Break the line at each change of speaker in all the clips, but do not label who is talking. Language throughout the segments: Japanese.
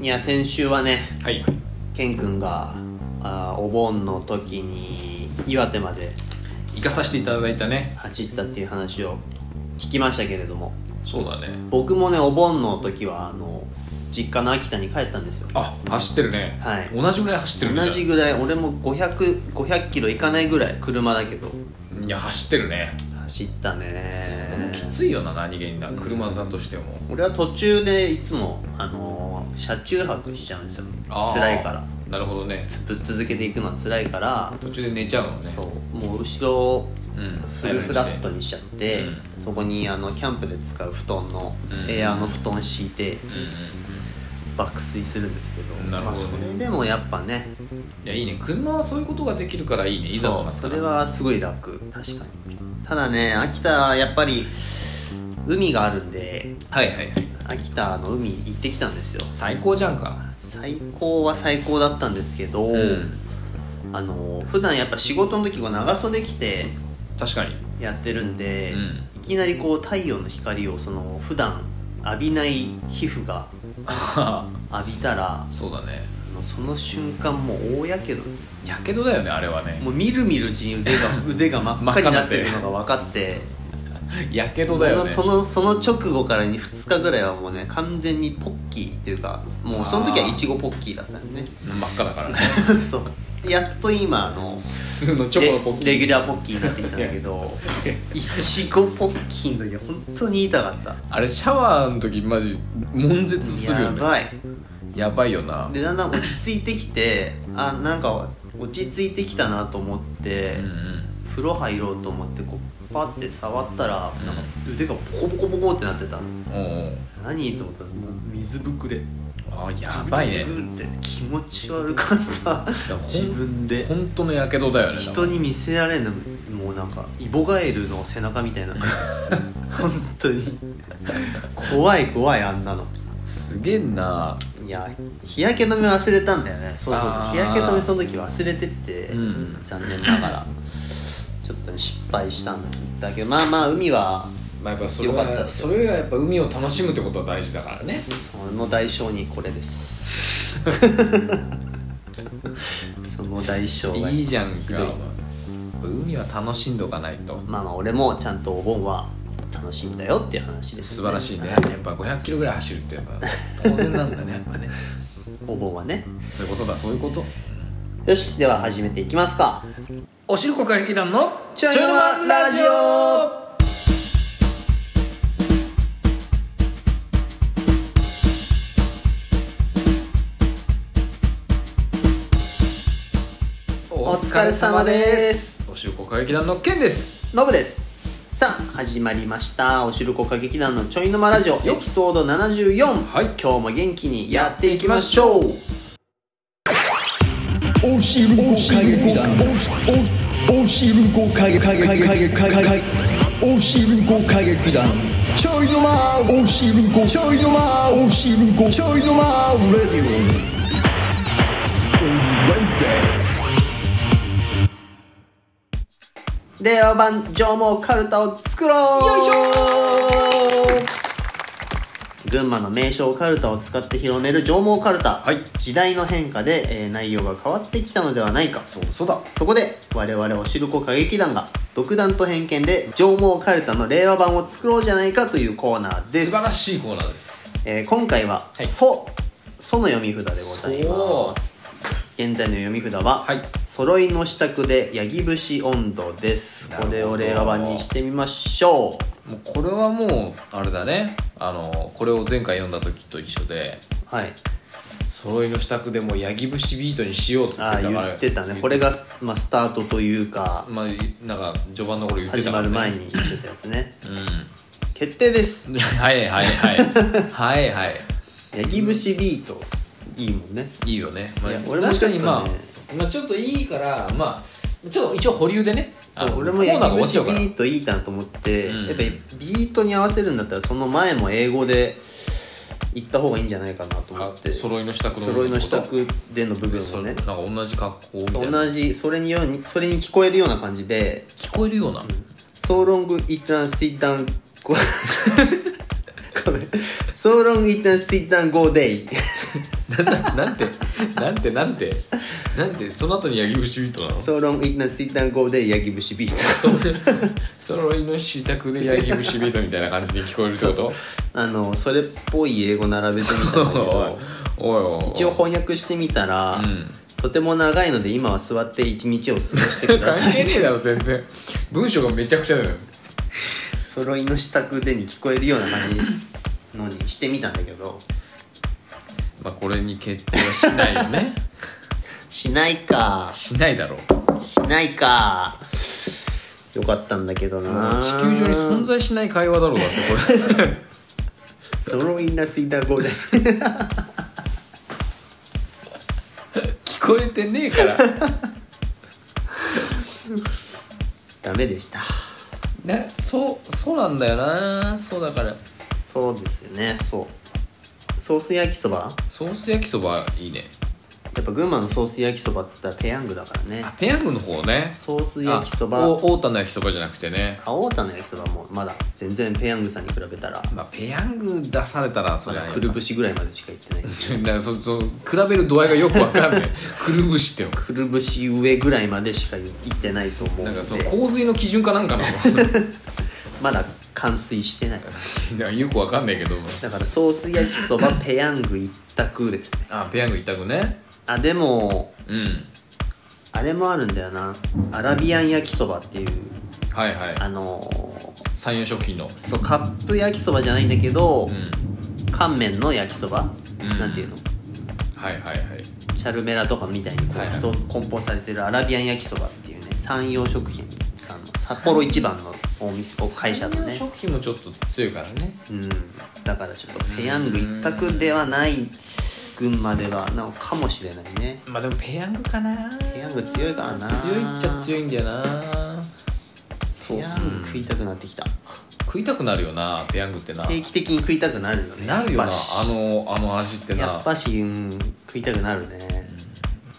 いや先週はね
はい
ケン君があーお盆の時に岩手まで
行かさせていただいたね
走ったっていう話を聞きましたけれども
そうだね
僕もねお盆の時はあの実家の秋田に帰ったんですよ
あ走ってるね、
はい
同じぐらい走ってるん
同
だ
じぐらい俺も500 500キロいかないぐらい車だけど
いや走ってるね
走ったね
でもきついよな何気にな車だとしても
俺は途中でいつもあのー車中泊しちゃうんですよ
あー
辛いから
なるほどね
ぶっ続けていくのは辛いから
途中で寝ちゃうのね
そうもう後ろを
うん
フルフラットにしちゃって、そこにあのキャンプで使う布団の、
うん
エアーの布団敷いて
うんうんうん
爆睡するんですけど
なる
ま
ほどね
あ、それでもやっぱね
いやいいね車はそういうことができるからいいねいざとなっ
そ
た
う
ら
それはすごい楽確かにただね秋田はやっぱり海があるんで
はいはいはい
秋田の海行ってきたんですよ
最高じゃんか
最高は最高だったんですけど、
うん
あの普段やっぱ仕事の時こう長袖着て
確かに
やってるんで、
う
いきなりこう太陽の光をその普段浴びない皮膚が
あはは
浴びたら
そうだね
あのその瞬間もう大やけどです
やけどだよねあれはね
もうみるみるうちに 腕が腕が真っ赤になってるのが分かって
やけどだよ
も
ね
うそのその直後から 2, 日ぐらいはもうね完全にポッキーっていうかもうその時はイチゴポッキーだったんでね
真っ赤だからね
そうでやっと今あの
普通のチョコのポッキ
レレ
ー
ギュラーポッキーになってきたんだけどいちごポッキーの時は本当に痛かった
あれシャワーの時マジ悶絶するよ
や
ね
ばい
やばいよな
でだんだん落ち着いてきてあなんか落ち着いてきたなと思って、
うんうん
風呂入ろうと思ってこうパッて触ったらなんか腕がボコボコボコってなってた
おうおう
何と思ったらもう水ぶくれ
あやばいね
グーって気持ち悪かった
やほん
自分で
本当のやけどだよね
人に見せられないもうなんかイボガエルの背中みたい な本当に怖い怖いあんなの
すげえない
や日焼け止め忘れたんだよねそうそうそう
あー
日焼け止めその時忘れてって、
うん
残念ながらちょっと、ね、失敗したんだけどまあまあ海は
まあやっぱそ
れ
れ
は
はそれよりはやっぱ海を楽しむってことは大事だからね
その代償にこれです その代償が
いいじゃん
ひ
か
どい
やっぱ海は楽しんどかないと
まあまあ俺もちゃんとお盆は楽しんだよっていう話です、
素晴らしいねやっぱ500キロぐらい走るってやっぱ当然なんだねやっ ぱね
お盆はね
そういうことだそういうこと
よしでは始めていきますか
おしるこ歌劇団の
ちょいの間ラジオ
お
疲れ様です
おしるこ歌劇団のケンです
ノブですさあ始まりましたおしるこ歌劇団のちょいの間ラジオエピソード74、
はい
今日も元気にやっていきましょう
おしるこかげおおしるこかげかげかげかげかげかげおしるこかげきだちょいのまおしるこちょいのまおしるこちょいのまレディ
令和版上毛かるたを作ろう群馬の名称かるたを使って広める上毛かるた、
はい
時代の変化で、えー内容が変わってきたのではないか
そうだそうだ
そこで我々おしるこ歌劇団が独断と偏見で上毛かるたの令和版を作ろうじゃないかというコーナーで
素
す
晴らしいコーナーです
えー今回は「
はい
そ」「そ」の読み札でございます現在の読み札は、
はい
揃いの支度で八木節温度です
なる
こ
ほど
れを令和版にしてみましょう
もうこれはもうあれだねあのこれを前回読んだ時と一緒で
はい
揃いの支度でもう八木節ビートにしようって言っ
あ
てた
ー
から
言ってたねこれが、まあ、スタートというか
まあなんか序盤の頃言って
始
たか
ま
ら、
る
ね、
前に言ってたやつね、決定です
うんはいはいはいはいはい
八木節ビートいいもんね
いいよね、まあ
いや、俺も
確かに
ちょっ
ま
と
あ
ね、
まあ、ちょっといいからまあちょっと一応保留でね
そ
あの
う俺も
コーナーが
八
終
木
わっち
節ビ
ゃうから
ートいいなと思って、
うん
やっぱりビートに合わせるんだったらその前も英語で言った方がいいんじゃないかなと思って
あ揃いの支度の
揃いの支度での部分をね
なんか同じ格好みたいな
同じそれにようにそれに聞こえるような感じで
聞こえるような、
「So long it and sit down go 」「So long it and sit down go day」
な なんてなんてなんてなんてその後に八木節ビートなの
ソロンイナシタンゴーでヤギブシビート
そその犬の支度で八木節ビートみたいな感じで聞こえるってこと
あのそれっぽい英語並べてみたんだけ ど
おいおいおい
一応翻訳してみたら、
ん
とても長いので今は座って一日を過ごしてくだ
関
さ
係
い
ねえだろ全然文章がめちゃくちゃだよ
揃いの支度でに聞こえるような感じのにしてみたんだけど
まあこれに決定はしないよ ね
しないか
しないだろう
しないかよかったんだけどな
地球上に存在しない会話だろうだってこれ
ソロインナスイダゴで
聞こえてねえから
ダメでした
なそうそうなんだよなそうだから
そうですよねそうソース焼きそば
ソース焼きそばいいね
やっぱ群馬のソース焼きそばっつったらペヤングだからね
ペヤングの方ね
ソース焼きそば
あお太田の焼きそばじゃなくてね、
青田の焼きそばもまだ全然ペヤングさんに比べたら
まあ、ペヤング出されたらそれは
くるぶしぐらいまでしか行ってない
なんか そそ比べる度合いがよくわかんない くるぶしってよ
くるぶし上ぐらいまでしか行ってないと思う
なんん
で
かその洪水の基準かな んかな
まだ完遂してない
なんかよくわかんないけど
だからソース焼きそばペヤング一択ですね
あペヤング一択ね
あでも
うん
あれもあるんだよなアラビアン焼きそばっていう
はいはい
あのー
三洋食品の
そうカップ焼きそばじゃないんだけど、
うん
乾麺の焼きそば、
うん
なんていうのチ
はいはいはい
ャルメラとかみたいにこ
はいはいう
人梱包されてるアラビアン焼きそばっていうね山陽食品さんの札幌一番のお店お会社のね
三洋食品もちょっと強いからね
うんだからちょっとペヤング一択ではない群馬ではなのかもしれないね
まあでもペヤングかな
ペヤング強いからな
強いっちゃ強いんだよな
ペ
そう
ヤング食いたくなってきた
食いたくなるよなペヤングってな
定期的に食いたくなるよね
なるよ
や
な
っぱし
あのあの味って
や
な
っぱし、うん、食いたくなるね、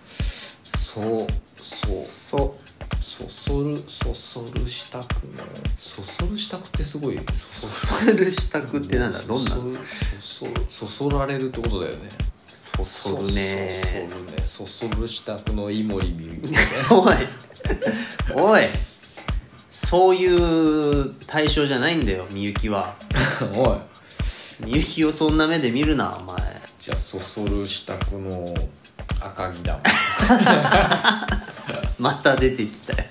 そうそう
そ
そそるそそるしたくのそそるしたくってすごい
そ
そ
そる支度ってなんだどんな
そそるそそるそそられるってことだよね
そそるね
そそるねそそるしたくの井森美幸
おいおいそういう対象じゃないんだよみゆきは
おい
みゆきをそんな目で見るなお前
じゃあそそるしたくの赤城だもん
また出てきたよ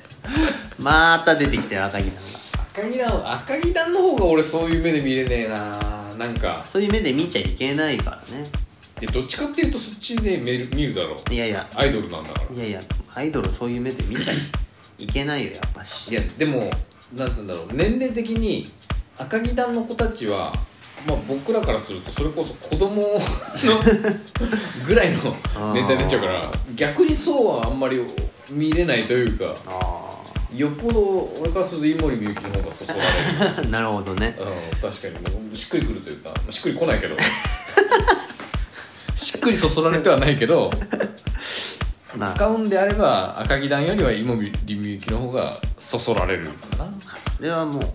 また出てきたよ赤木さんが
赤城団赤城団の方が俺そういう目で見れねえななんか
そういう目で見ちゃいけないからね
いやどっちかっていうとそっちで見る見るだろう
いやいや
アイドルなんだから
いやいやアイドルをそういう目で見ちゃいけないよやっぱし
いやでもなんつうんだろう年齢的に赤城団の子たちは、まあ、僕らからするとそれこそ子 供のぐらいの年代出ちゃうから逆にそうはあんまり見れないというか
あ
よっぽど俺からすると井森美幸の方がそそら
あ なるほどね
れる、うん、確かにもうしっくりくるというかしっくり来ないけど しっくりそそられ てはないけど
まあ
使うんであれば赤城団よりは井森美幸の方がそそられるかな
それはもう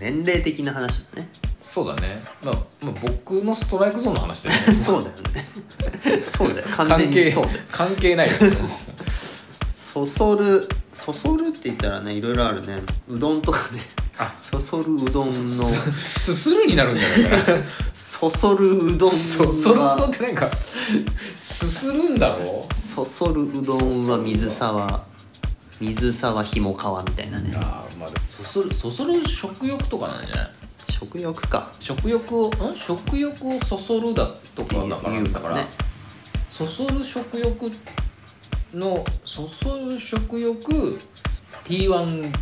年齢的な話だね
そうだね、まあ、まあ僕のストライクゾーンの話だよね
そうだよ ねそうだよ 完
関
全
係
にそうだよ
関係ないよ
そそるそそるって言ったらねいろいろあるねうどんとかね
あ
そそるうどんの
すするになるんじゃないか な
そそるうどんは
そそろうどんってなんかすするんだろ
そそるうどんは水沢水沢ひも川みたいなね
あーまあでもそそるそそる食欲とかなんじゃない
食欲か
食欲をん食欲をそそるだとかだから
言う
だから、
ね
そそる食欲のそそる食欲 T1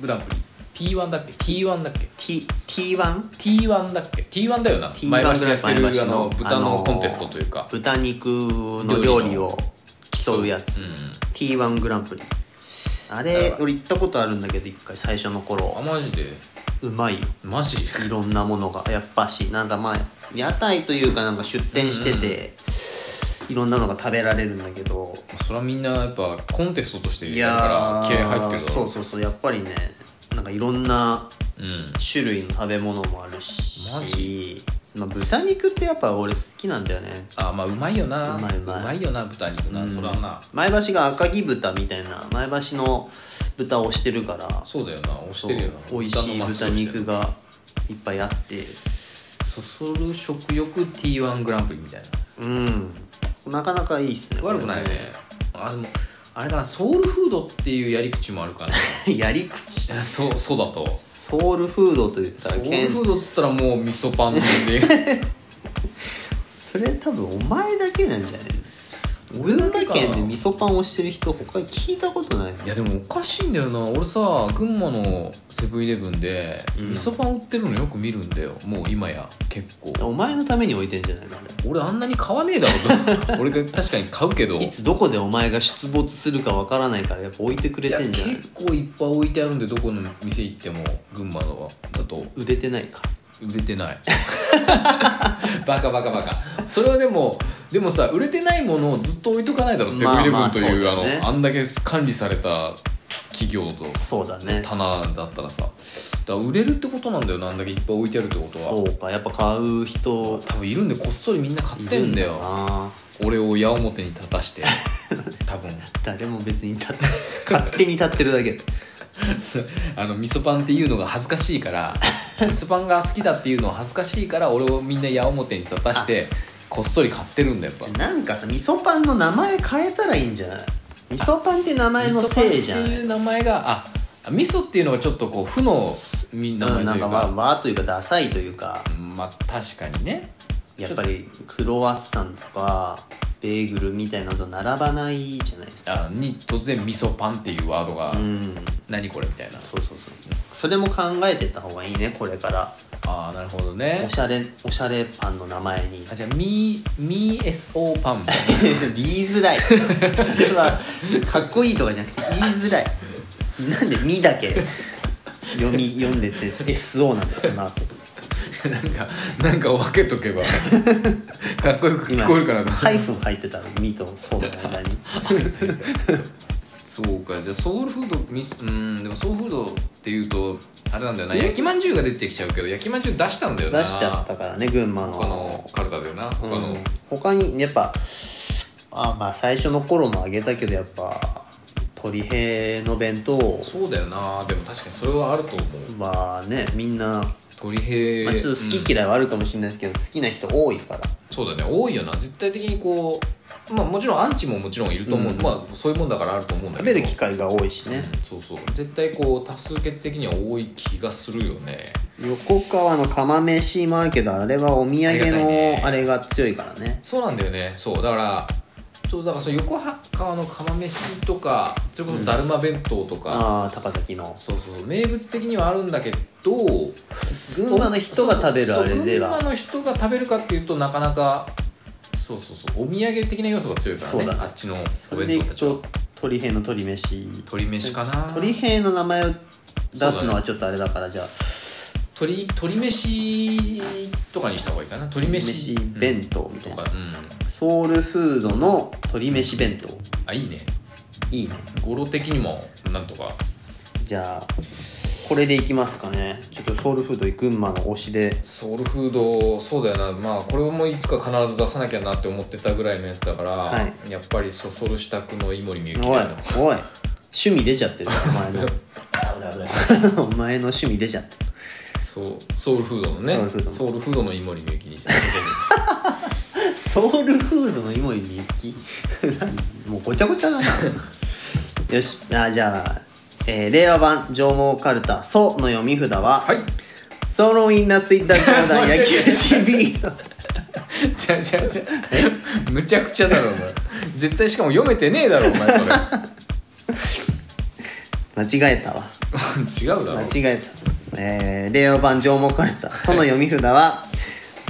グランプリ P1 だっけ T1 だっけ
T T1
T1 だっけ T1 だよな
T1
前橋でやって
グランプリ
るあの豚
あ
の
ー
コンテストというか
豚肉の料理を競うやつ、
うん
T1 グランプリあれ俺行ったことあるんだけど一回最初の
あ
頃
マジで
うまいよ
マジ
いろんなものがやっぱしなんかまあ屋台というかなんか出店してて、いろんなのが食べられるんだけど
それはみんなやっぱコンテストとして
い
やるか
や
ら
ー
気合入ってるだろ
そうそうそうやっぱりねなんかいろんな
うん
種類の食べ物もあるし
マ
ジまあ、豚肉ってやっぱ俺好きなんだよね
あまあうまいよな
うまいうまい
よな豚肉な、それはな
前橋が赤城豚みたいな前橋の豚をしてるから
そうだよな押してるよな
そう美味しい豚肉
が
がいっぱいあって
そそる食欲 T1 グランプリみたいな
うんなかなかいいっすね
悪くないねあでもあれかなソウルフードっていうやり口もあるから
やり口
そうそうだと
ソウルフードと言った
ソ
ら
ウル
けん
フードっつったらもう味噌パンでね
それ多分お前だけなんじゃない群馬県で味噌パンをしてる人他に聞いたことない
いやでもおかしいんだよな俺さ群馬のセブンイレブンで
うん
味噌パン売ってるのよく見るんだよもう今や結構
お前のために置いてんじゃないか
俺あんなに買わねえだろ と俺が確かに買うけど
いつどこでお前が出没するかわからないからやっぱ置いてくれ
いや
てんじゃない
結構いっぱい置いてあるんでどこの店行っても群馬のはだと
売れてないか
売れてない バカバカバカそれはでもでもさ売れてないものをずっと置いとかないだろセブンイレ
まあ
ブ
まあ
ンという,、
そう
あ
だね
のあんだけ管理された企業と
そうだね
棚だったらさだから売れるってことなんだよなあんだけいっぱい置いてあるってこと
そ
は
うかやっぱ買う人
多分いるんでこっそりみんな買っ
い
て
る
ん
ん
だ
だ
よ
よな
俺を矢面に立 たして多分
誰も別に立って勝手に立ってるだ け
そうあの味噌パンっていうのが恥ずかしいから 味噌パンが好きだっていうのは恥ずかしいから俺をみんな矢面に立たしてこっそり買ってるんだよやっ
なんかさ味噌パンの名前変えたらいいんじゃない味噌パンって名
ぱ
前のせいじゃ
味噌パンっ
ん
ていう名前があ味噌っていうのがちょっとこう負のみ名
う
前
んなん
という
か
か
わわというかダサいというか
まあ確かにね
やっぱりクロワッサンとかベーグルみたいなのと並ばないじゃないですか
あに突然味噌パンっていうワードが、
うん
何これみたいな
そうそうそうそれも考えてった方がいいねこれから
ああなるほどね
おしゃれおしゃれパンの名前に
あじゃあミーミー SO パンみ たいな
言いづらい それはかっこいいとかじゃなくて言いづらいなんで「み」だけ読み読んでて SO なんですよなって
なんか、なんか分け とけば、かっこよく聞こえるからな。
ハイフン入ってたの「み」と「そう」の間 に
そうか、じゃあソウルフード、ミスうん、でもソウルフードっていうと、あれなんだよな、焼きまんじゅうが出てきちゃうけど、焼きまんじゅう出したんだよな。
出しちゃったからね群馬の
他のカルタだよな、他の。
うん他にやっぱあまあ最初の頃もあげたけどやっぱ鳥平の弁当
そうだよな、でも確かにそれはあると思う。
はねみんな、
鳥平、
まあ、ちょっと好
うん
き嫌いはあるかもしれないですけど、好きな人多いから
そうだね、多いよな、絶対的にこう、まあもちろんアンチももちろんいると思う、
うん
まあそういうもんだからあると思うんだけ
食
ど。
べる機会が多いしね、
うんそうそう絶対こう多数決的には多い気がするよね
横川の釜飯もあるけどあれはお土
ありが
産
たいね
のあれが強いからね
そうなんだよねそうだからそうだからその横川の釜飯とかそれこそだるま弁当とか、
ああ高崎の
そうそう名物的にはあるんだけど
群馬の人が食べるあれで
そうそうそう群馬
は
の人が食べるかっていうとなかなかそうそうそうお土産的な要素が強いからね
そうだね
あっちの
そ
お
れでい
弁当た
く
ちは
と鳥平の鳥飯
鶏飯かな
鳥平の名前を出すのはちょっとあれだからじゃあ
鶏鶏飯とかにした方がいいかな鶏
飯
飯
弁当みた
と
い
か
な、
うん
ソウルフードの鶏飯弁当
あいいね
いいね
語呂的にもなんとか
じゃあこれでいきますかねちょっとソウルフード群馬の推しで
ソウルフードそうだよなまあこれもいつか必ず出さなきゃなって思ってたぐらいのやつだから、
は
やっぱりそそる支度の井森美幸
おい
だよ
おい趣味出ちゃってる お前のお前の趣味出ちゃってる
そうソウルフードのねソ
ソ
ウルフードの井森美幸にした
ソウルフードの井森美幸 もうごちゃごちゃだなよしあじゃあ、えー令和版上毛かるた「ソ」の読み札は、
はい
ソロインナスイッター教団野球シビート
じゃじゃじゃむちゃくちゃだろお前絶対しかも読めてねえだろお前それ
間違えたわ
違うだろ
間違えた、えー、令和版上毛かるたその読み札は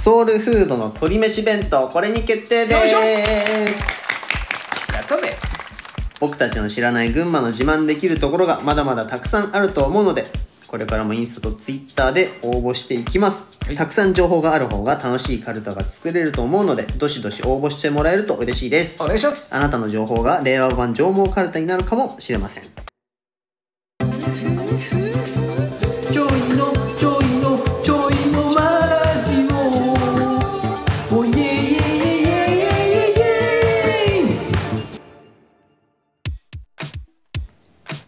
ソウルフードの鶏飯弁当これに決定で
よいしょ
ーす
やったぜ
僕たちの知らない群馬の自慢できるところがまだまだたくさんあると思うのでこれからもインスタとツイッターで応募していきます、
はい
たくさん情報がある方が楽しいカルタが作れると思うのでどしどし応募してもらえると嬉しいです
お願いします
あなたの情報が令和版上毛カルタになるかもしれません
ちょいのちょいのちょいのマラジオ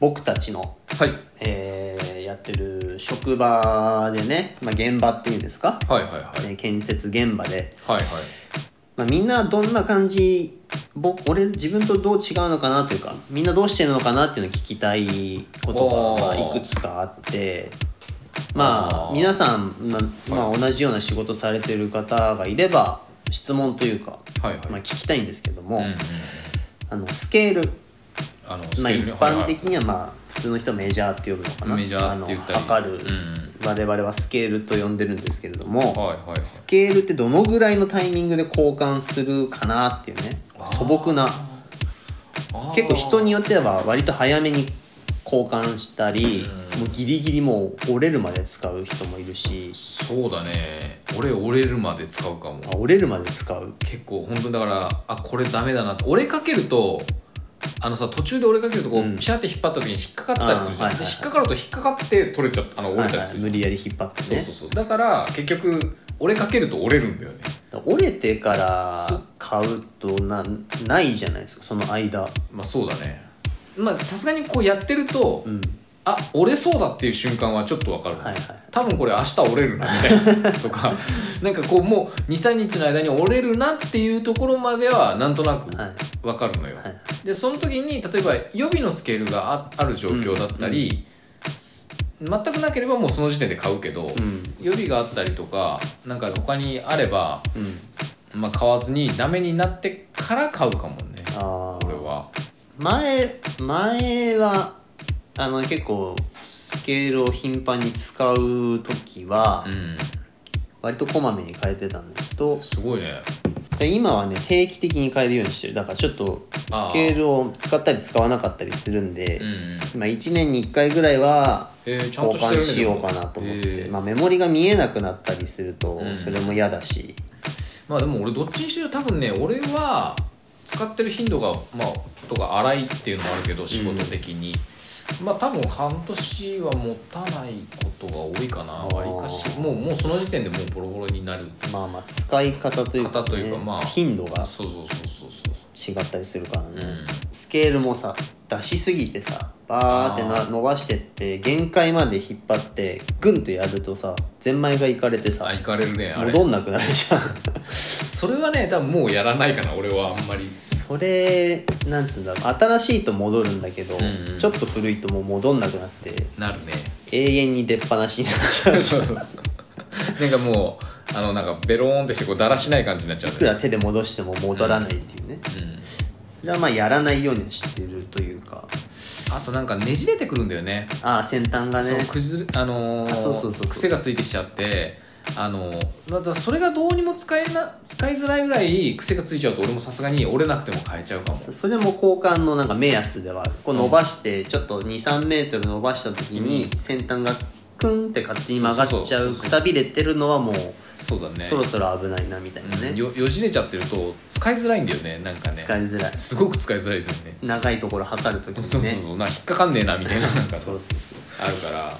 僕たちの、
はい
えーやってる職場でね、まあ、現場っていうんですか、
はいはいはい
えー建設現場で、
はいはい
まあ、みんなどんな感じ僕俺自分とどう違うのかなというかみんなどうしてるのかなっていうのを聞きたいことが
あー
いくつかあってま
あ
あ
ー
皆さん、ままあ、同じような仕事されてる方がいれば質問というか、
はいはい
まあ、聞きたいんですけども、
うんうん
あのスケール
あの
まあ、一般的
に
にはまあ普通の人はメジャーって呼ぶのかな
メジャーって言ったり
あの測る、
う
我々はスケールと呼んでるんですけれども、
はいはいはい
スケールってどのぐらいのタイミングで交換するかなっていうね素朴な
あー
結構人によっては割と早めに交換したりもうギリギリもう折れるまで使う人もいるし
そうだね俺折れるまで使うかも
あ折れるまで使う
結構本当にだからあこれダメだなと折れかけるとあのさ途中で折れかけるとこう、
うん
ピシャって引っ張った時に引っかかったりするじゃん、
あーはいはいはい
で引っかかると引っかかって取れちゃあの折れたりするじゃん、
無理やり引っ張って
そう
ね
そうそうだから結局折れかけると折れるんだよね
折れてから
そう
買うとなないじゃないですかその間
まあそうだねまあさすがにこうやってると、
うん
あ折れそうだっていう瞬間はちょっとわかる、
はいはい
多分これ明日折れるなみた いなとかなんかこうもう23日の間に折れるなっていうところまではなんとなく
はい
わかるのよ、
はい
でその時に例えば予備のスケールがあある状況だったり、す全くなければもうその時点で買うけど、
うん
予備があったりとかなんか他にあれば、
うん
まあ、買わずにダメになってから買うかもね
ああ
俺は
前前はあの結構スケールを頻繁に使う時は
うん
割とこまめに変えてたんですけど
すごいね
で今はね定期的に変えるようにしてるだからちょっとスケールを使ったり使わなかったりするんで
うんうん
今1年に1回ぐらいは
えーちゃんと
交
してる
換しよ
ね
うかなと思っ
でも
て、
えー
まあ、メモリが見えなくなったりすると
うん
それも嫌だし、
まあでも俺どっちにしろ多分ね俺は使ってる頻度がまあとか荒いっていうのもあるけど仕事的に、まあ多分半年は持たないことが多いかな
あー
わりかしもうもうその時点でもうボロボロになる
まあまあ使い方というか,、
方というかまあ
頻度が
そうそうそうそうそう
違ったりするからね、
うん
スケールもさ出しすぎてさバーってな
あ
伸ばしてって限界まで引っ張ってグンとやるとさゼンマイがいかれてさ
あ行かれるねあれ
戻んなくなるじ ゃん
それはね多分もうやらないかな俺はあんまり
それなんつうんだろう新しいと戻るんだけど、
んうん
ちょっと古いともう戻んなくなって
なるね
永遠に出っ放しになっちゃう
そ
い
うそうそうなんかもうあのなんかベローンってしてこうだらしない感じになっちゃうね
くら手で戻しても戻らないっていうね、
うん
それはまあやらないようにはしてるというか
あとなんかねじれてくるんだよね
ああ先端が
そう
ね
崩れあのー
あそうそうそうそう
癖がついてきちゃってあのーまたそれがどうにも使えな使いづらいぐらい癖がついちゃうと俺もさすがに折れなくても変えちゃうかも
それも交換のなんか目安ではあるこう伸ばしてちょっと2 3メートル伸ばした時に先端がクンって勝手に曲がっちゃ
そううそうそう
くたびれてるのはもう
そうだね
そろそろ危ないなみたいな
うん
ね
よよじれちゃってると使いづらいんだよねなんかね
使いづらい
すごく使いづらいんだよね
長いところ測る時
そう
にね
そうそうなんか引っかかんねえなみたいななんか
そうそうそう
あるから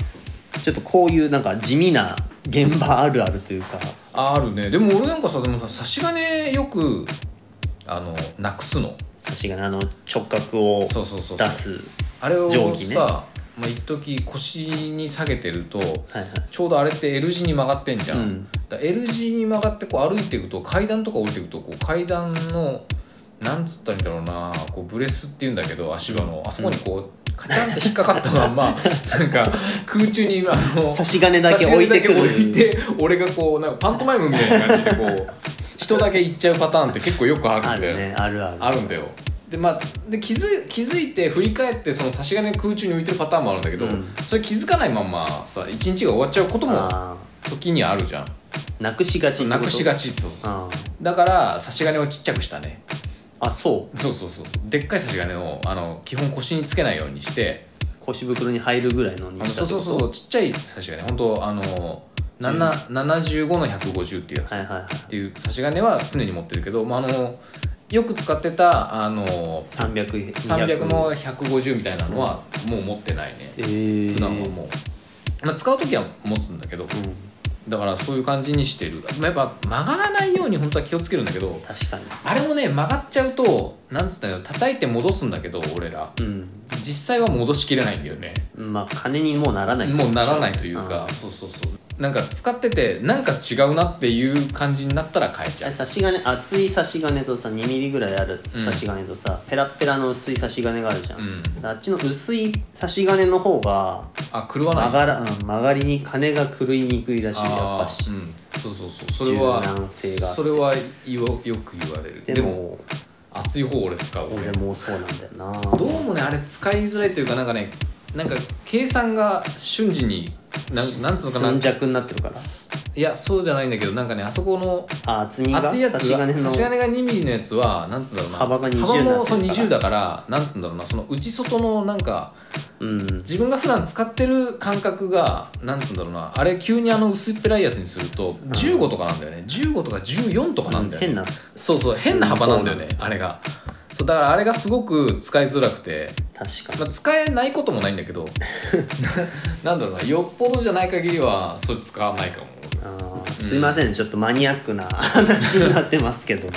ちょっとこういうなんか地味な現場あるあるというか
ああるねでも俺なんかさでもさ差し金よくあのなくすの
差し金の直角を
そうそうそうそう
出す
あれを
定規ね
さ、まあ一時腰に下げてると、
はいはい
ちょうどあれって L 字に曲がってんじゃん、
うん
だから L 字に曲がってこう歩いていくと階段とか降りていくとこう階段のなんつったらいいんだろうなこうブレスっていうんだけど足場のあそこにこうカチャンって引っかかったま んまなんか空中にあの
差し金だけ置いてくる
差し金だけ置いて俺がこうなんかパントマイムみたいな感じでこう人だけ行っちゃうパターンって結構よくあ
あ
るんだよ
るねあるある
あるんだよで,、まあ、で気づ気づいて振り返ってその差し金空中に浮いてるパターンもあるんだけど、
うん
それ気づかないまんまさ一日が終わっちゃうことも
あ
時にあるじゃん
ーなくしがちってこと
なくしがちそう
あー
だから差し金をちっちゃくしたね
あそう
そうそうそうそうでっかい差し金をあの基本腰につけないようにして
腰袋に入るぐらいの
あ
に
の
した
そう
って
そ
こ
う
と
そうそうちっちゃい差し金本当あの7 75の150っていうやつ、
はいはいはい
っていう差し金は常に持ってるけど、まあ、あのよく使ってたあの
300
300の150みたいなのはもう持ってないね
えー、
普段はもう、まあ、使う時は持つんだけど、
うん
だからそういう感じにしてるやっぱ曲がらないように本当は気をつけるんだけど
確かに
あれもね曲がっちゃうとなんつったよ叩いて戻すんだけど俺ら
うん
実際は戻しきれないんだよね
まあ金にもうならない
もうならないというかそうそうそうなんか使っててなんか違うなっていう感じになったら変えち
あ
ゃう
れ差し金厚い差し金とさ2ミリぐらいある
うん
差し金とさ、ペラッペラの薄い差し金があるじゃん、
うん
あっちの薄い差し金の方が
あ狂わない
曲がら、うん、曲がりに金が狂いにくいらしいやっ
あ
ぱ
ー
し
うん、そうそうそうそれは
柔軟性があって
それはよよく言われる
でも
熱い方俺使う
俺
俺
もそうなんだよな
どうもねあれ使いづらいというかなんかねなんか計算が瞬時になんなんつうのかな
寸弱になってるから
いやそうじゃないんだけどなんかねあそこの
あ厚みが
厚いやつ
差
は
し金の
差し金が2ミリのやつはなんつうんだろうな
幅が20になってるから
幅もそう20だからなんつうんだろうなその内外のなんか
うん
自分が普段使ってる感覚がなんつうんだろうなあれ急にあの薄っぺらいやつにすると15とかなんだよね15とか14とかなんだよね
変な
そうそう変な幅なんだよねあれがそうだからあれがすごく使いづらくて、
確かに
まあ、使えないこともないんだけど ななんだろうなよっぽどじゃない限りはそれ使わないかも
あーすいません、ちょっとマニアックな 話になってますけ ども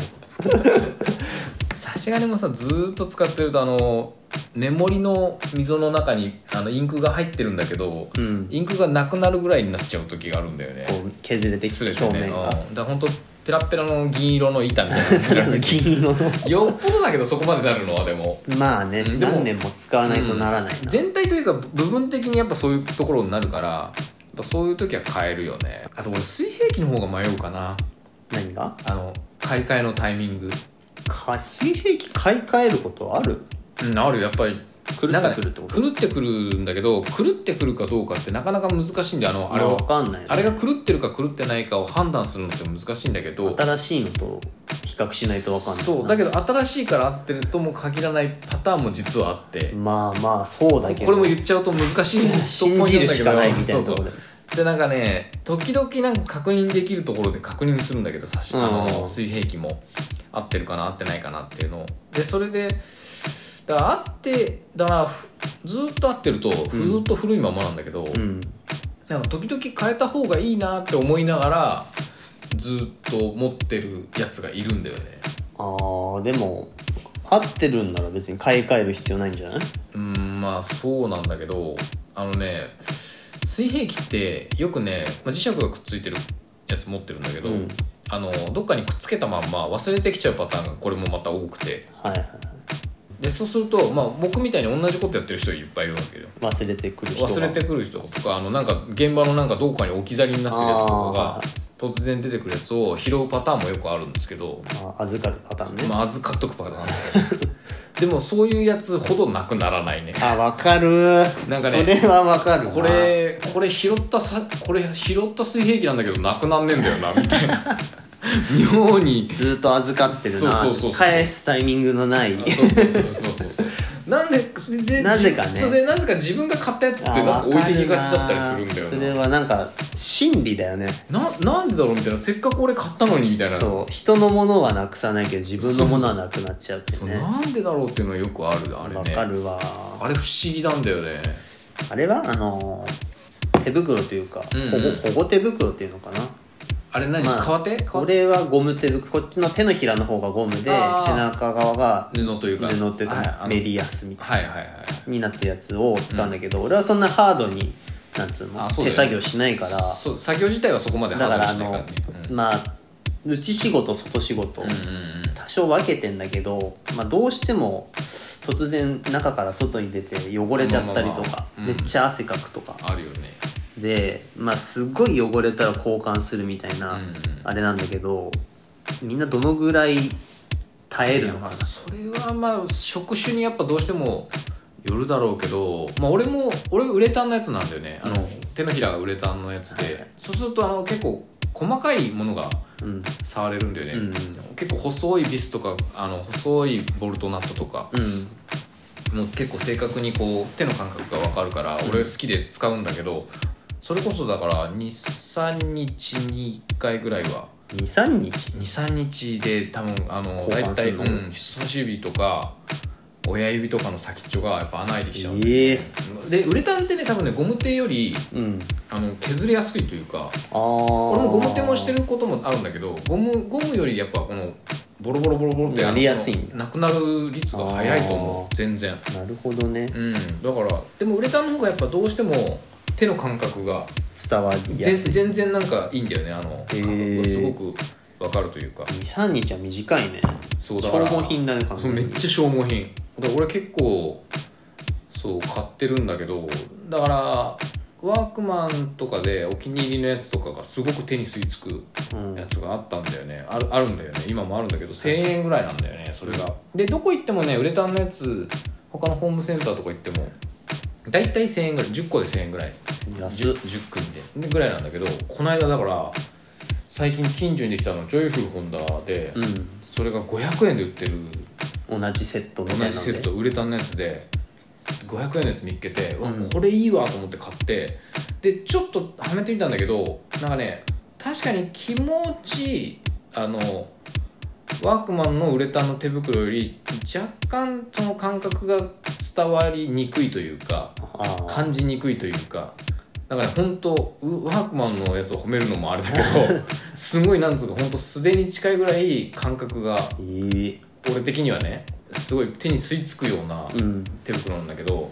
差し金もさずーっと使ってるとあの目盛りの溝の中にあのインクが入ってるんだけど、
うん
インクがなくなるぐらいになっちゃう時があるんだよね
こう削れて
失礼し
表
たねう
面
んだ
が
から本当ペラッペラの銀色の板みたいなのがペラッペラ に
銀色の
よっぽどだけどそこまでなるのはでも
まあね
うんでも
何年も使わないとならないな、
全体というか部分的にやっぱそういうところになるからやっぱそういう時は変えるよねあと俺水平器の方が迷うかな
何が
あの買い替えのタイミング
か水平器買い替えることある
うんあるやっぱり
狂ってくるって
な
こ
んか
と
ね狂ってくるんだけど狂ってくるかどうかってなかなか難しいんであのあれ
ま
を
分かんないよね
あれが狂ってるか狂ってないかを判断するのって難しいんだけど
新しいのと比較しないと分かんない
そうだ
け
けど新しいから合ってるとも限らないパターンも実はあって
まあまあそうだけど
これも言っちゃうと難しいとこ
信じるしかないみたいな
そ
とこ
うそ
ろ
う
で
でなんかね時々なんか確認できるところで確認するんだけどさし、あ
うん
の水平器も合ってるかな合ってないかなっていうのをでそれでだから合ってだからふずっと合ってるとずっと古いままなんだけど、
うん
なんか時々変えた方がいいなって思いながらずっと持ってるやつがいるんだよね
あーでも合ってるんなら別に買い替える必要ないんじゃないう
ーんまあそうなんだけどあのね水平器ってよくね、まあ、磁石がくっついてるやつ持ってるんだけど、
うん
あのどっかにくっつけたまんま忘れてきちゃうパターンがこれもまた多くて
はいはい
でそうすると、まあ、僕みたいに同じことやってる人いっぱいいるわけよ
忘れてくる人が
忘れてくる人とかあのなんか現場のなんかどこかに置き去りになってるやつとか
あ
が突然出てくるやつを拾うパターンもよくあるんですけど、
あー預かるパターンね、
まあ、預かっとくパターンなんです よでもそういうやつほどなくならないね
あ分かる
なんかね
それは分かるな
これこれ拾ったさこれ拾った水平器なんだけどなくなんねえんだよなみたいな 妙に
ずっと預かってるな
そうそうそうそう
返すタイミングのない
そうそうそうそうそうそうなんでそれで
なぜかね
それでなぜか自分が買ったやつって
あー
なぜか置いてきがちだ
わ
っ
か
た
る
り
な
するんだ
それ
よな
はなんか心理だよね
ななんでだろうみたいなせっかく俺買ったのにみたいな
そう人のものはなくさないけど自分のものはなくなっちゃうって
そう
ね
なんでだろうっていうのはよくあるあれ
わ
ね
かるわ
あれ不思議なんだよね
あれはあのー手袋というか、
うんうん
保護保護手袋っていうのかな
あれ何、
まあ
革手革
こ
手
れはゴム手袋こっちの手のひらの方がゴムで
あー
背中側が
布というか
布っていう
はいあ
か
の
メリヤスみたい
はいはいはい
になってるやつを使うんだけど、俺はそんなハードになんつうの
あそうだよね
手作業しないから
そう作業自体はそこまでハ
だ
ー
か
ドに
らあ
しないか
の
らね、
まあ内仕事外仕事、
うんうんうんうん
多少分けてんだけど、まあ、どうしても突然中から外に出て汚れちゃったりと
まあまあま
か
あうん
めっちゃ汗かくとか
あるよね
でまあすっごい汚れたら交換するみたいな
うんうん
あれなんだけどみんなどのぐらい耐えるの
ま
か
あそれはまあ職種にやっぱどうしてもよるだろうけど、まあ、俺も俺ウレタンのやつなんだよねあの、
うん
手のひらがウレタンのやつで、
はいはい
そうするとあの結構細かいものが
なうん
触れるんだよね、
うんうん
結構細いビスとかあの細いボルトナットとか、
うん
もう結構正確にこう手の感覚が分かるから
ん
俺好きで使うんだけど、それこそだから23日に1回ぐらいは
23日
23日で多分あの
交換す
大体、
るの
うん、人差し指とか親指とかの先っちょがやっぱ穴開いてきちゃう
ええ
でウレタンってね多分ねゴム手より
うん
あの削れやすいというか
ああ
俺もゴム手もしてることもあるんだけどゴムゴムよりやっぱこのボロボロボロボロって
なりやすいんだ
なくなる率が早いと思
あ
う全然
なるほどね
うんだからでもウレタンの方がやっぱどうしても手の感覚が
伝わりや
全
すい
全然なんかいいんだよねあの
へー
感覚がすごくわかるというか
23日は短いね
そうだから
消耗品だね完
そう
全
め
に
っちゃ消耗品だから俺結構そう買ってるんだけどだからワークマンとかでお気に入りのやつとかがすごく手に吸い付く
うん
やつがあったんだよねあるあるんだよね今もあるんだけど1000円ぐらいなんだよねそれがでどこ行ってもねウレタンのやつ他のホームセンターとか行っても大体1000円ぐらい10個で1000円ぐらい
安っ
10, 10組ででぐらいなんだけどこの間だから最近近所にできたのジョイフルホンダで、
うん
それが500円で売ってる
同じセットみたいな
同
ので
じセットウレタンのやつで500円のやつ見っけて、うわ
うん
これいいわと思って買ってでちょっとはめてみたんだけどなんかね確かに気持ちいいあのワークマンのウレタンの手袋より若干その感覚が伝わりにくいというか
ああ
感じにくいというかだから本当うワークマンのやつを褒めるのもあれだ けどすごいなんつうか本当素手に近いぐらい感覚が
えー
俺的にはねすごい手に吸い付くような
うん
手袋なんだけど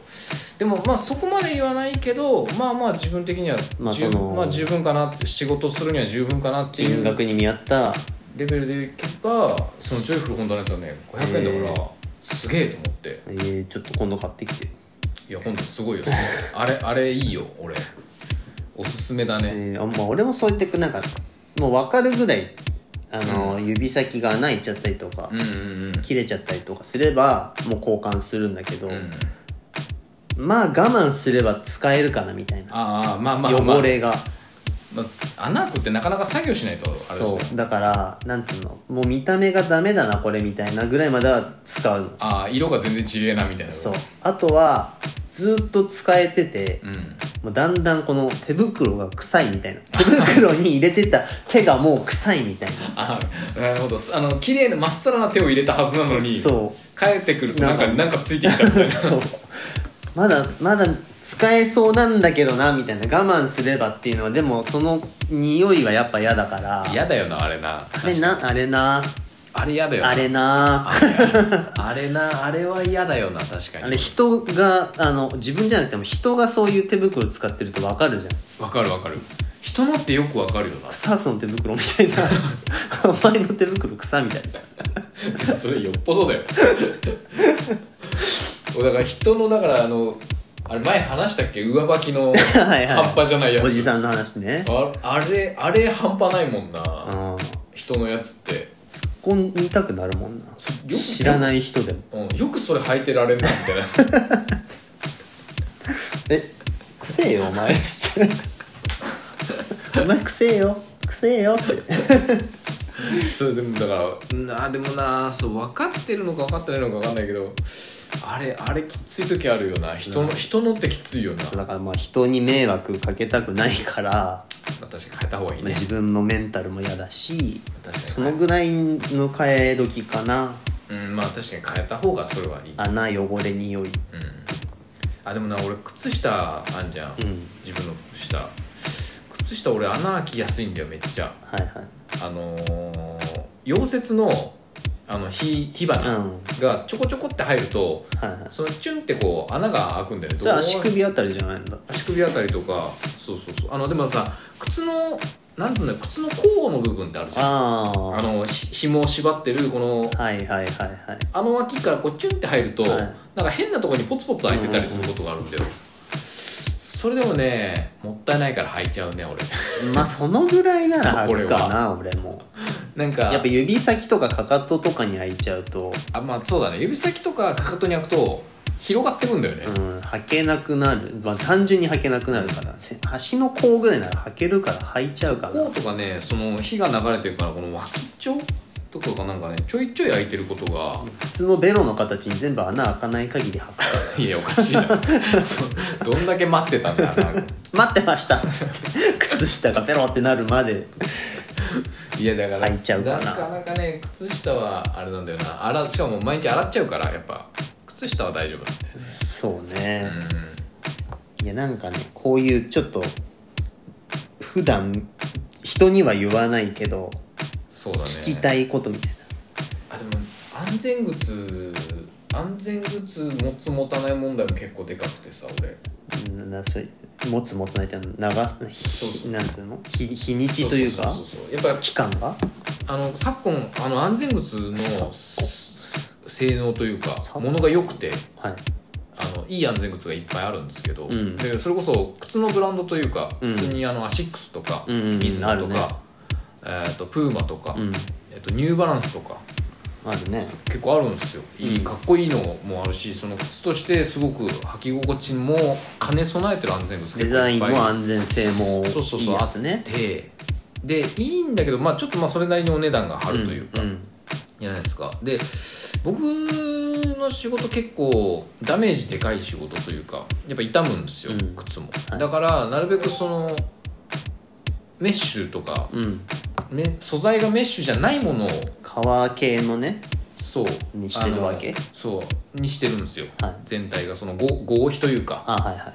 でもまあそこまで言わないけどまあまあ自分的には
まあ
十
その
分まあ十分かなって仕事するには十分かなってい
金
う
額に見合った
レベルでいけばそのジョイフルホンダのやつはね500円だからすげえと思って
えー、ちょっと今度買ってきて、
いやほんとすごいよそれ あれあれいいよ俺おすすめだね
えーあまあ、俺もそうやってなんかもう分かるぐらいあの、指先が穴開いちゃったりとか、
うんうん
切れちゃったりとかすればもう交換するんだけど、
うんうん
まあ我慢すれば使えるかなみたいな
ああまあまあまあ
汚れが、
まあす穴開くってなかなか作業しないとあれですよ
そうだからなんつうのもう見た目がダメだなこれみたいなぐらいまでは使うの
ああ色が全然ちげえなみたいな
そうあとはずっと使えてて、
うん
もうだんだんこの手袋が臭いみたいな手袋に入れてた毛がもう臭いみたいな
あなるほどあの綺麗なまっさらな手を入れたはずなのに
そう
帰ってくるとなんか
なんか
なんかついて きたみたいな
そうまだまだ使えそうなんだけどなみたいな我慢すればっていうのはでもその匂いはやっぱ嫌だから
嫌だよなあれな
あれなあれな
あれ嫌だよな
あれな
あれあれなあれは嫌だよな確か
あれ
に
人があの自分じゃなくても人がそういう手袋使ってると分かるじゃん
わかるわかる人のってよくわかるよ な
草その手袋み たいなお前の手袋草みたいな
それよっぽどだよ 俺だから人のだからあのあれ前話したっけ上履き の
はいはい
葉っぱじゃないやつ
おじさんの話ね
ああれあれ半端ないもんな、
うん突っ
人のやつって
込みたくなるもんな
そよく
知らない人でも
うん、よくそれ履いてられんなみたいな
えくせえよお 前つってお前くせえよくせえよって
それでもだからなあでもなそう分かってるのか分かってないのか分かんないけどあれあれきつい時あるよな人の人のってきついよな、ま
だからまあ人に迷惑かけたくないから、
あ、確かに変えた方がいい
まあ
ね
自分のメンタルも嫌だし
確かに
そのぐらいの替え時かな
うんまあ確かに変えた方がそれはいい
穴汚れ匂い
うんあでもな俺靴下あんじゃん、
うん
自分の靴下靴下俺穴開きやすいんだよめっちゃ
はいはい
あのー、溶接のあの火火
う
花
ん
がちょこちょこって入ると、
はいはい
そのチュンってこう穴が開くんだよね
それは
どう
足首あたりじゃないんだ
足首あたりとかそうそうそうあのでもさ靴のなんていうんだろう靴の甲の部分ってあるじゃんあ
ああ
のひ紐を縛ってるこの
はいはいはいはい
あの脇からこうチュンって入ると、
はい
なんか変なところにポツポツ開いてたりすることがあるんだよ、それでもねもったいないから履いちゃうね俺
まあそのぐらいなら履くかな俺も
なんか
やっぱ指先とかかかととかに開いちゃうと、
あまあそうだね指先とかかかとに開くと広がってくんだよね、
うん、履けなくなる、まあ、単純に履けなくなるからせ足の甲ぐらいなら履けるから履いちゃうか
こ
な
うとかねその火が流れてるからこの脇っちょとかがなんかねちょいちょい開いてることが
普通のベロの形に全部穴開かない限り履く
いやおかしいなそうどんだけ待ってたんだな
待ってましたっつって靴下がベロってなるまで
いやだから
入っちゃうかな
かなかね靴下はあれなんだよな洗うしかも毎日洗っちゃうからやっぱ靴靴下は大丈夫なんだよね
そうね、いやなんかねこういうちょっと普段人には言わないけど
そうだね
聞きたいことみたい
あでも安全靴安全靴持つ持たない問題も結構でかくてさ俺
なななそれ持つ持たないっていうのは長
うそ
ひ
う
なんつうの日日にちというか
そうそうそうそうやっぱ
期間が
あの昨今あの安全靴の性能というか
昨
ものが良くて
はい
あのいい安全靴がいっぱいあるんですけど、
ん
でそれこそ靴のブランドというか、
うん
普通にあのアシックスとか、
うんうんうん
ミズノ
あ
と
る
か、
ね
えー、とプーマとか、
うん
えー、とニューバランスとか
あるね
結構あるんですよいい、
うん
かっこいいのもあるしその靴としてすごく履き心地も兼ね備えてる安全靴
デザインも
定
安全性も
そうそう
いい
そう
やつね
でいいんだけど、まあ、ちょっとまあそれなりのお値段が張るというか、
ん
じゃないですかで僕の仕事結構ダメージでかい仕事というかやっぱ傷むんですよ、
うん
靴も、
い
だからなるべくそのメッシュとか、
うん、うん、
め素材がメッシュじゃないものを
革系のね
そう
にしてるわけ
あのそうにしてるんですよ、
はい
全体がそのご合皮というか、
あはいはい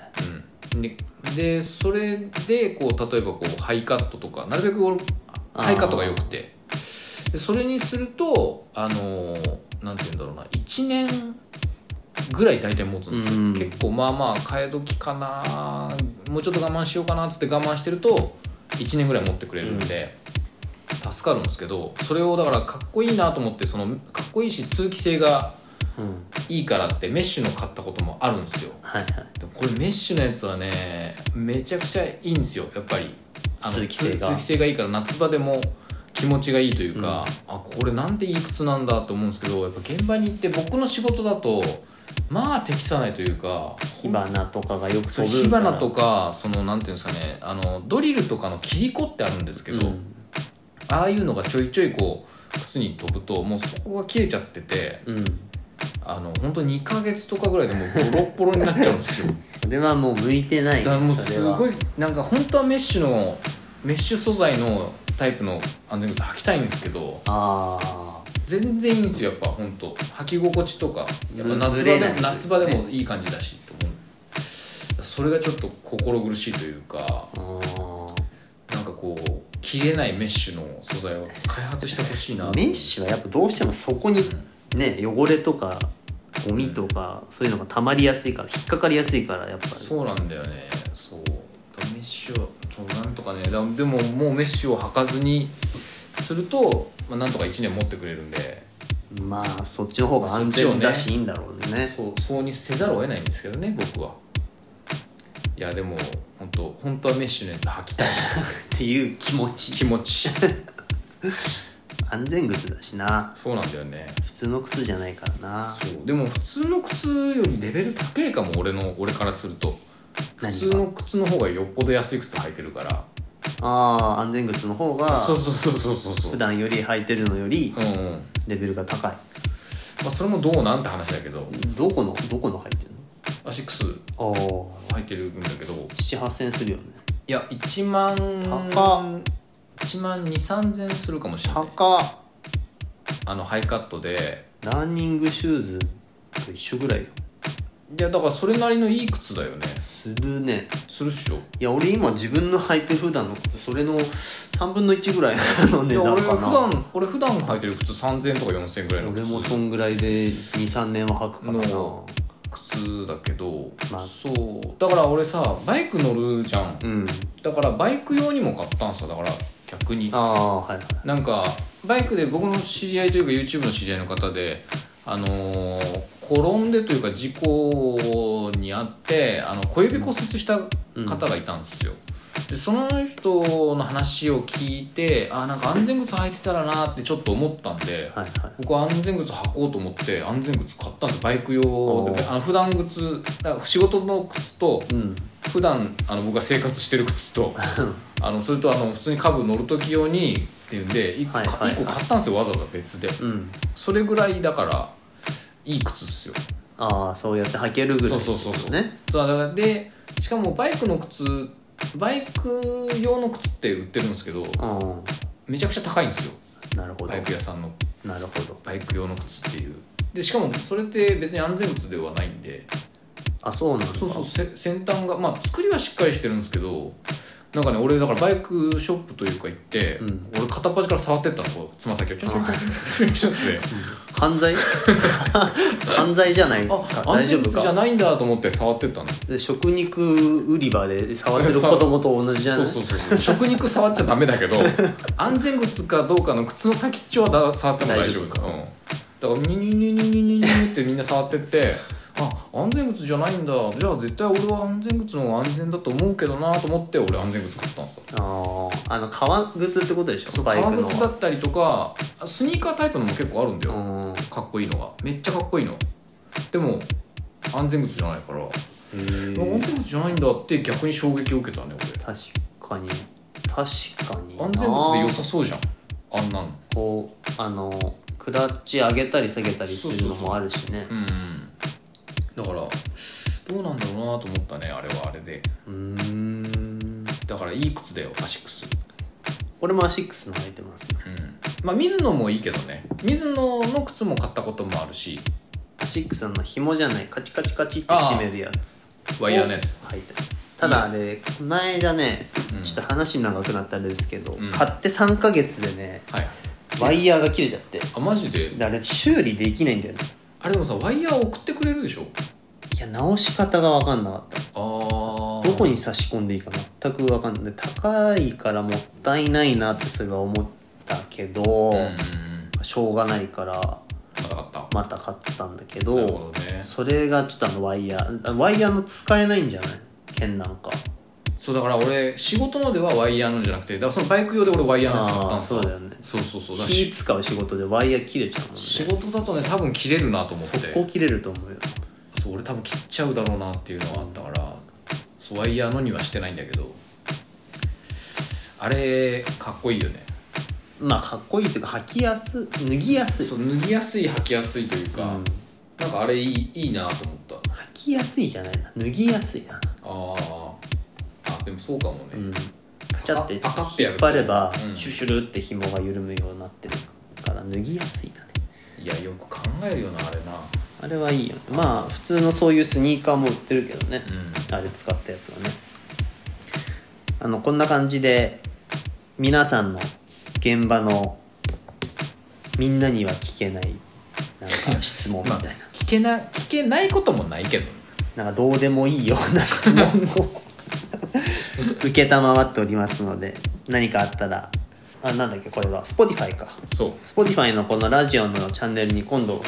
うん、ででそれでこう例えばこうハイカットとかなるべく俺
あー
ハイカットが良くてでそれにするとあのーなんて言うんだろうな1年ぐらい大体持つんですよ、
うん
結構まあまあ替え時かなもうちょっと我慢しようかなっつって我慢してると1年ぐらい持ってくれるんで、助かるんですけどそれをだからかっこいいなと思ってそのかっこいいし通気性が
うん
いいからってメッシュの買ったこともあるんですよ
はいはい
でもこれメッシュのやつはねめちゃくちゃいいんですよやっぱりあの
通気性が
通通気性がいいから夏場でも気持ちがいいというか、あこれなんていい靴なんだと思うんですけどやっぱ現場に行って僕の仕事だとまあ適さないというか
火花とかがよく
そう
飛
火
ぶから
花とかそのなんていうんですかねあのドリルとかの切り子ってあるんですけど、
うん
ああいうのがちょいちょいこう靴に飛ぶともうそこが切れちゃってて
うん
あの本当2ヶ月とかぐらいでもうボロッボロになっちゃうんです よ。
それはもう向いてない
だからもう
それ
す
は
ごいなんか本当はメッシュのメッシュ素材のタイプの安全靴履きたいんですけど
あ
全然いいんですよやっぱ本当履き心地とかやっぱ夏
ぶ
場
れ
で
な
も
い
夏場でもいい感じだしと思うそれがちょっと心苦しいというか
ああ
なんかこう切れないメッシュの素材を開発してほしいな
メッシュはやっぱどうしてもそこにね汚れとかゴミとかそういうのが溜まりやすいから引っかかりやすいからやっぱり
そうなんだよねそうだからメッシュはそうなんとかねだでももうメッシュを履かずにすると、まあ、なんとか1年持ってくれるんで
まあそっちの方が安全だしいいんだろうね
そうそうにせざるを得ないんですけどね僕はいやでも本当本当はメッシュのやつ履きたい
っていう気持ち
気持ち
安全靴だしな
そうなんだよね
普通の靴じゃないからな
そうでも普通の靴よりレベル高いかも俺の俺からすると普
何が
通の靴の方がよっぽど安い靴履いてるから
ああ安全靴の方が
そうそうそうそうそうそう
普段より履いてるのより
うん、うん
レベルが高い
まあ、それもどうなんて話だけど
どこのどこの履いてる
アシックス
のああ
履いてるんだけど
78000円するよね
いや1万
高
1万2 3千するかもしれない
高っ
あのハイカットで
ランニングシューズと一緒ぐらいよ
いやだからそれなりのいい靴だよね
するね
するっしょ
いや俺今自分の履いてる普段の靴それの3分の1ぐらいの
い
値
や
段
俺
か
普
な
段俺普段履いてる靴3000円とか4000円ぐらいの
俺
靴
もそんぐらいで23年は履くからな
の靴だけど、
まあ
そうだから俺さバイク乗るじゃん
うん
だからバイク用にも買ったんさだから逆に
ああはいはい
なんかバイクで僕の知り合いというか YouTube の知り合いの方であのー転んでというか事故にあってあの小指骨折した方がいたんですよ、でその人の話を聞いてあなんか安全靴履いてたらなってちょっと思ったんで、
はいはい
僕は安全靴履こうと思って安全靴買ったんですよバイク用
お
で
ー
あの普段靴だから仕事の靴と
うん
普段あの僕が生活してる靴とあのそれとあの普通に家具乗る時用にっていうんで1個,、
はいはいはい
個買ったんですよわざわざ別で
うん
それぐらいだからいい靴っすよ
ああそうやって履けるぐらい
そうそうそうそう
ね
そうだからでしかもバイクの靴バイク用の靴って売ってるんですけ
う
ど
ん
めちゃくちゃ高いんですよ
なるほど
バイク屋さんの
なるほど
バイク用の靴っていうでしかもそれって別に安全物ではないんで
あそうなんだ
そうそうせ先端がまあ作りはしっかりしてるんですけどなんかね俺だからバイクショップというか行って、
ん
俺片っ端から触ってったのこうつま先をちょんちょんちょんちょんちょんちょんって
犯 罪犯罪じゃないか
あ
大
安
丈
全
夫
物じゃ
か
ないんだと思って触ってったの
で食肉売り場で触ってる子供と同じじゃな
そう
い
そうそうそう食肉触っちゃダメだ けど安全靴かどうかの靴の先っちょはだ触っても大丈夫か、うん、だからニュニュニュニュニュニュってみんな触ってってあ安全靴じゃないんだじゃあ絶対俺は安全靴の方が安全だと思うけどなと思って俺安全靴買ったんですよ
あーあの革靴ってことでしょバイク
革
の
靴だったりとかあスニーカータイプのも結構あるんだよ、
うんへ
かっこいいのがめっちゃかっこいいのでも安全靴じゃないから、安
ー
全靴じゃないんだって逆に衝撃を受けたね俺
確かに確かにな
安全靴で良さそうじゃんあんなん
こうあのクラッチ上げたり下げたりするのもあるしね
うんうんだからどうなんだろうなと思ったねあれはあれで
うーん
だからいい靴だよアシックス
俺もアシックスの履いてますよ
うんまあ水野もいいけどね水野の靴も買ったこともあるし
アシックスの紐じゃないカチカチカチって締めるやつ
ワイヤーのやつ
履いてるただあれこの間ね
ん
ちょっと話長くなったあれですけど、
うん
買って3ヶ月でね
はい
ワイヤーが切れちゃって
あマジで
であれ修理できないんだよね
あれでもさワイヤー送ってくれるでしょ
いや直し方が分かんなかった
ああ
どこに差し込んでいいか全く分かんない高いからもったいないなってそれは思ったけど、
うんうんうん
しょうがないから
また買った
また買ったんだけ
なる
ど
ほどね
それがちょっとあのワイヤーあワイヤーの使えないんじゃない剣なんか
そうだから俺仕事のではワイヤーのじゃなくてだからそのバイク用で俺ワイヤーのやつ買った
あ
ん
あ
です
そうだよね
そうそうそうだから
火
し
使う仕事でワイヤー切れちゃうもんね
仕事だとね多分切れるなと思って
そこ切れると思うよ
そう俺多分切っちゃうだろうなっていうのはあったからそうワイヤーのにはしてないんだけどあれかっこいいよね
まあかっこいいっていうか履きやす脱ぎやすい
そう脱ぎやすい履きやすいというか、
うん
なんかあれいいいいなと思った
履きやすいじゃないな脱ぎやすいな
あーあでもそうかもね、
うんカチャって
パカッてや
引
る
っ
と
張れば
うん
シュシュルって紐が緩むようになってるから脱ぎやすいだね
いやよく考えるよなあれな
あれはいいよねまあ普通のそういうスニーカーも売ってるけどね
う
あれ使ったやつはねあのこんな感じで皆さんの現場のみんなには聞けないなんか質問み たいな
聞けな聞けないこともないけど
なんかどうでもいいような質問を 受けたまわっておりますので何かあったらあなんだっけこれは Spotify か
そう
Spotify のこのラジオのチャンネルに今度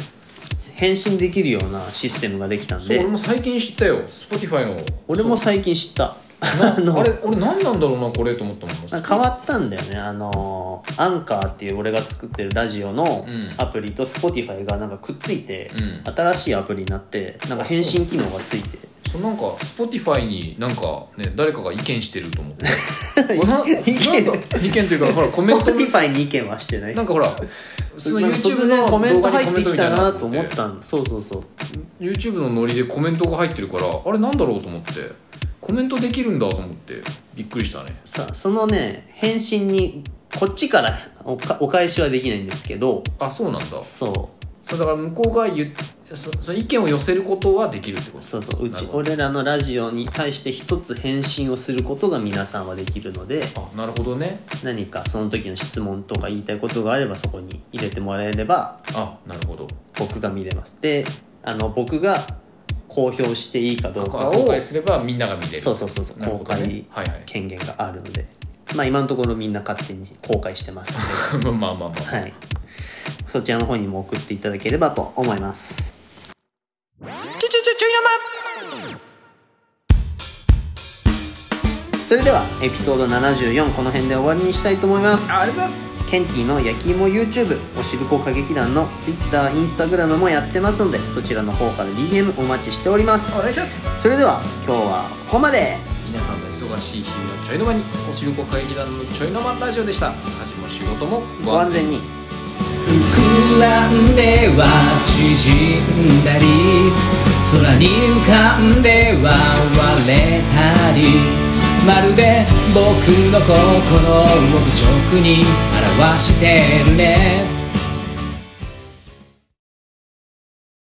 返信できるようなシステムができたん
そう
で
俺も最近知ったよ Spotify の
俺も最近知った
あのあれ俺何なんだろうなこれと思ったもん
なんか変わったんだよねあのーアンカーっていう俺が作ってるラジオの
うん
アプリと Spotify がなんかくっついて、
う
新しいアプリになってなんか返信機能がついて
そうなんか Spotify になんかね誰かが意見してると思ってうわな
意見
なんだ意見っていうか ほらコメントに
Spotify に意見はしてない
なんかほらその
なんか突
YouTube
然
の
コメント
動画に
入って
コメント
き
みた
た
いな
な
の
と
が
思
あ
っ
って
たんそうそうそう
YouTube のノリでコメントが入ってるからあれなんだろうと思ってコメントできるんだと思ってびっくりしたね
さあそのね返信にこっちからおかお返しはできないんですけど
あそうなんだ
そ
そうだから向こうが言っそその意見を寄せることはできるってこ
う
と
そうそうう
な
ち
るほど
俺らのラジオに対して一つ返信をすることが皆さんはできるので
あなるほどね
何かその時の質問とか言いたいことがあればそこに入れてもらえれば
あなるほど
僕が見れますであの僕が公表していいかどうか
あ
を
公開すればみんなが見れる
そうそうそうそう
なる
公
ほどね
開
は いはい
権限があるのでまあ今のところみんな勝手に公開してますの
まあ まあまあまあ
で、はい、そちらの方にも送っていただければと思いますそれではエピソード74この辺で終わりにしたいと思います
あありがとうございます
ケンティの焼き芋 YouTube おしるこ歌劇団の Twitter、Instagram もやってますのでそちらの方から DM お待ちしております
お願いします
それでは今日はここまで
皆さんの忙しい日々のちょいの間におしるこ歌劇団のちょいの間ラジオでした家事も仕事も
ご安全に
膨らんでは縮んだり空に浮かんでは割れたりまるで僕の心を直に表してるね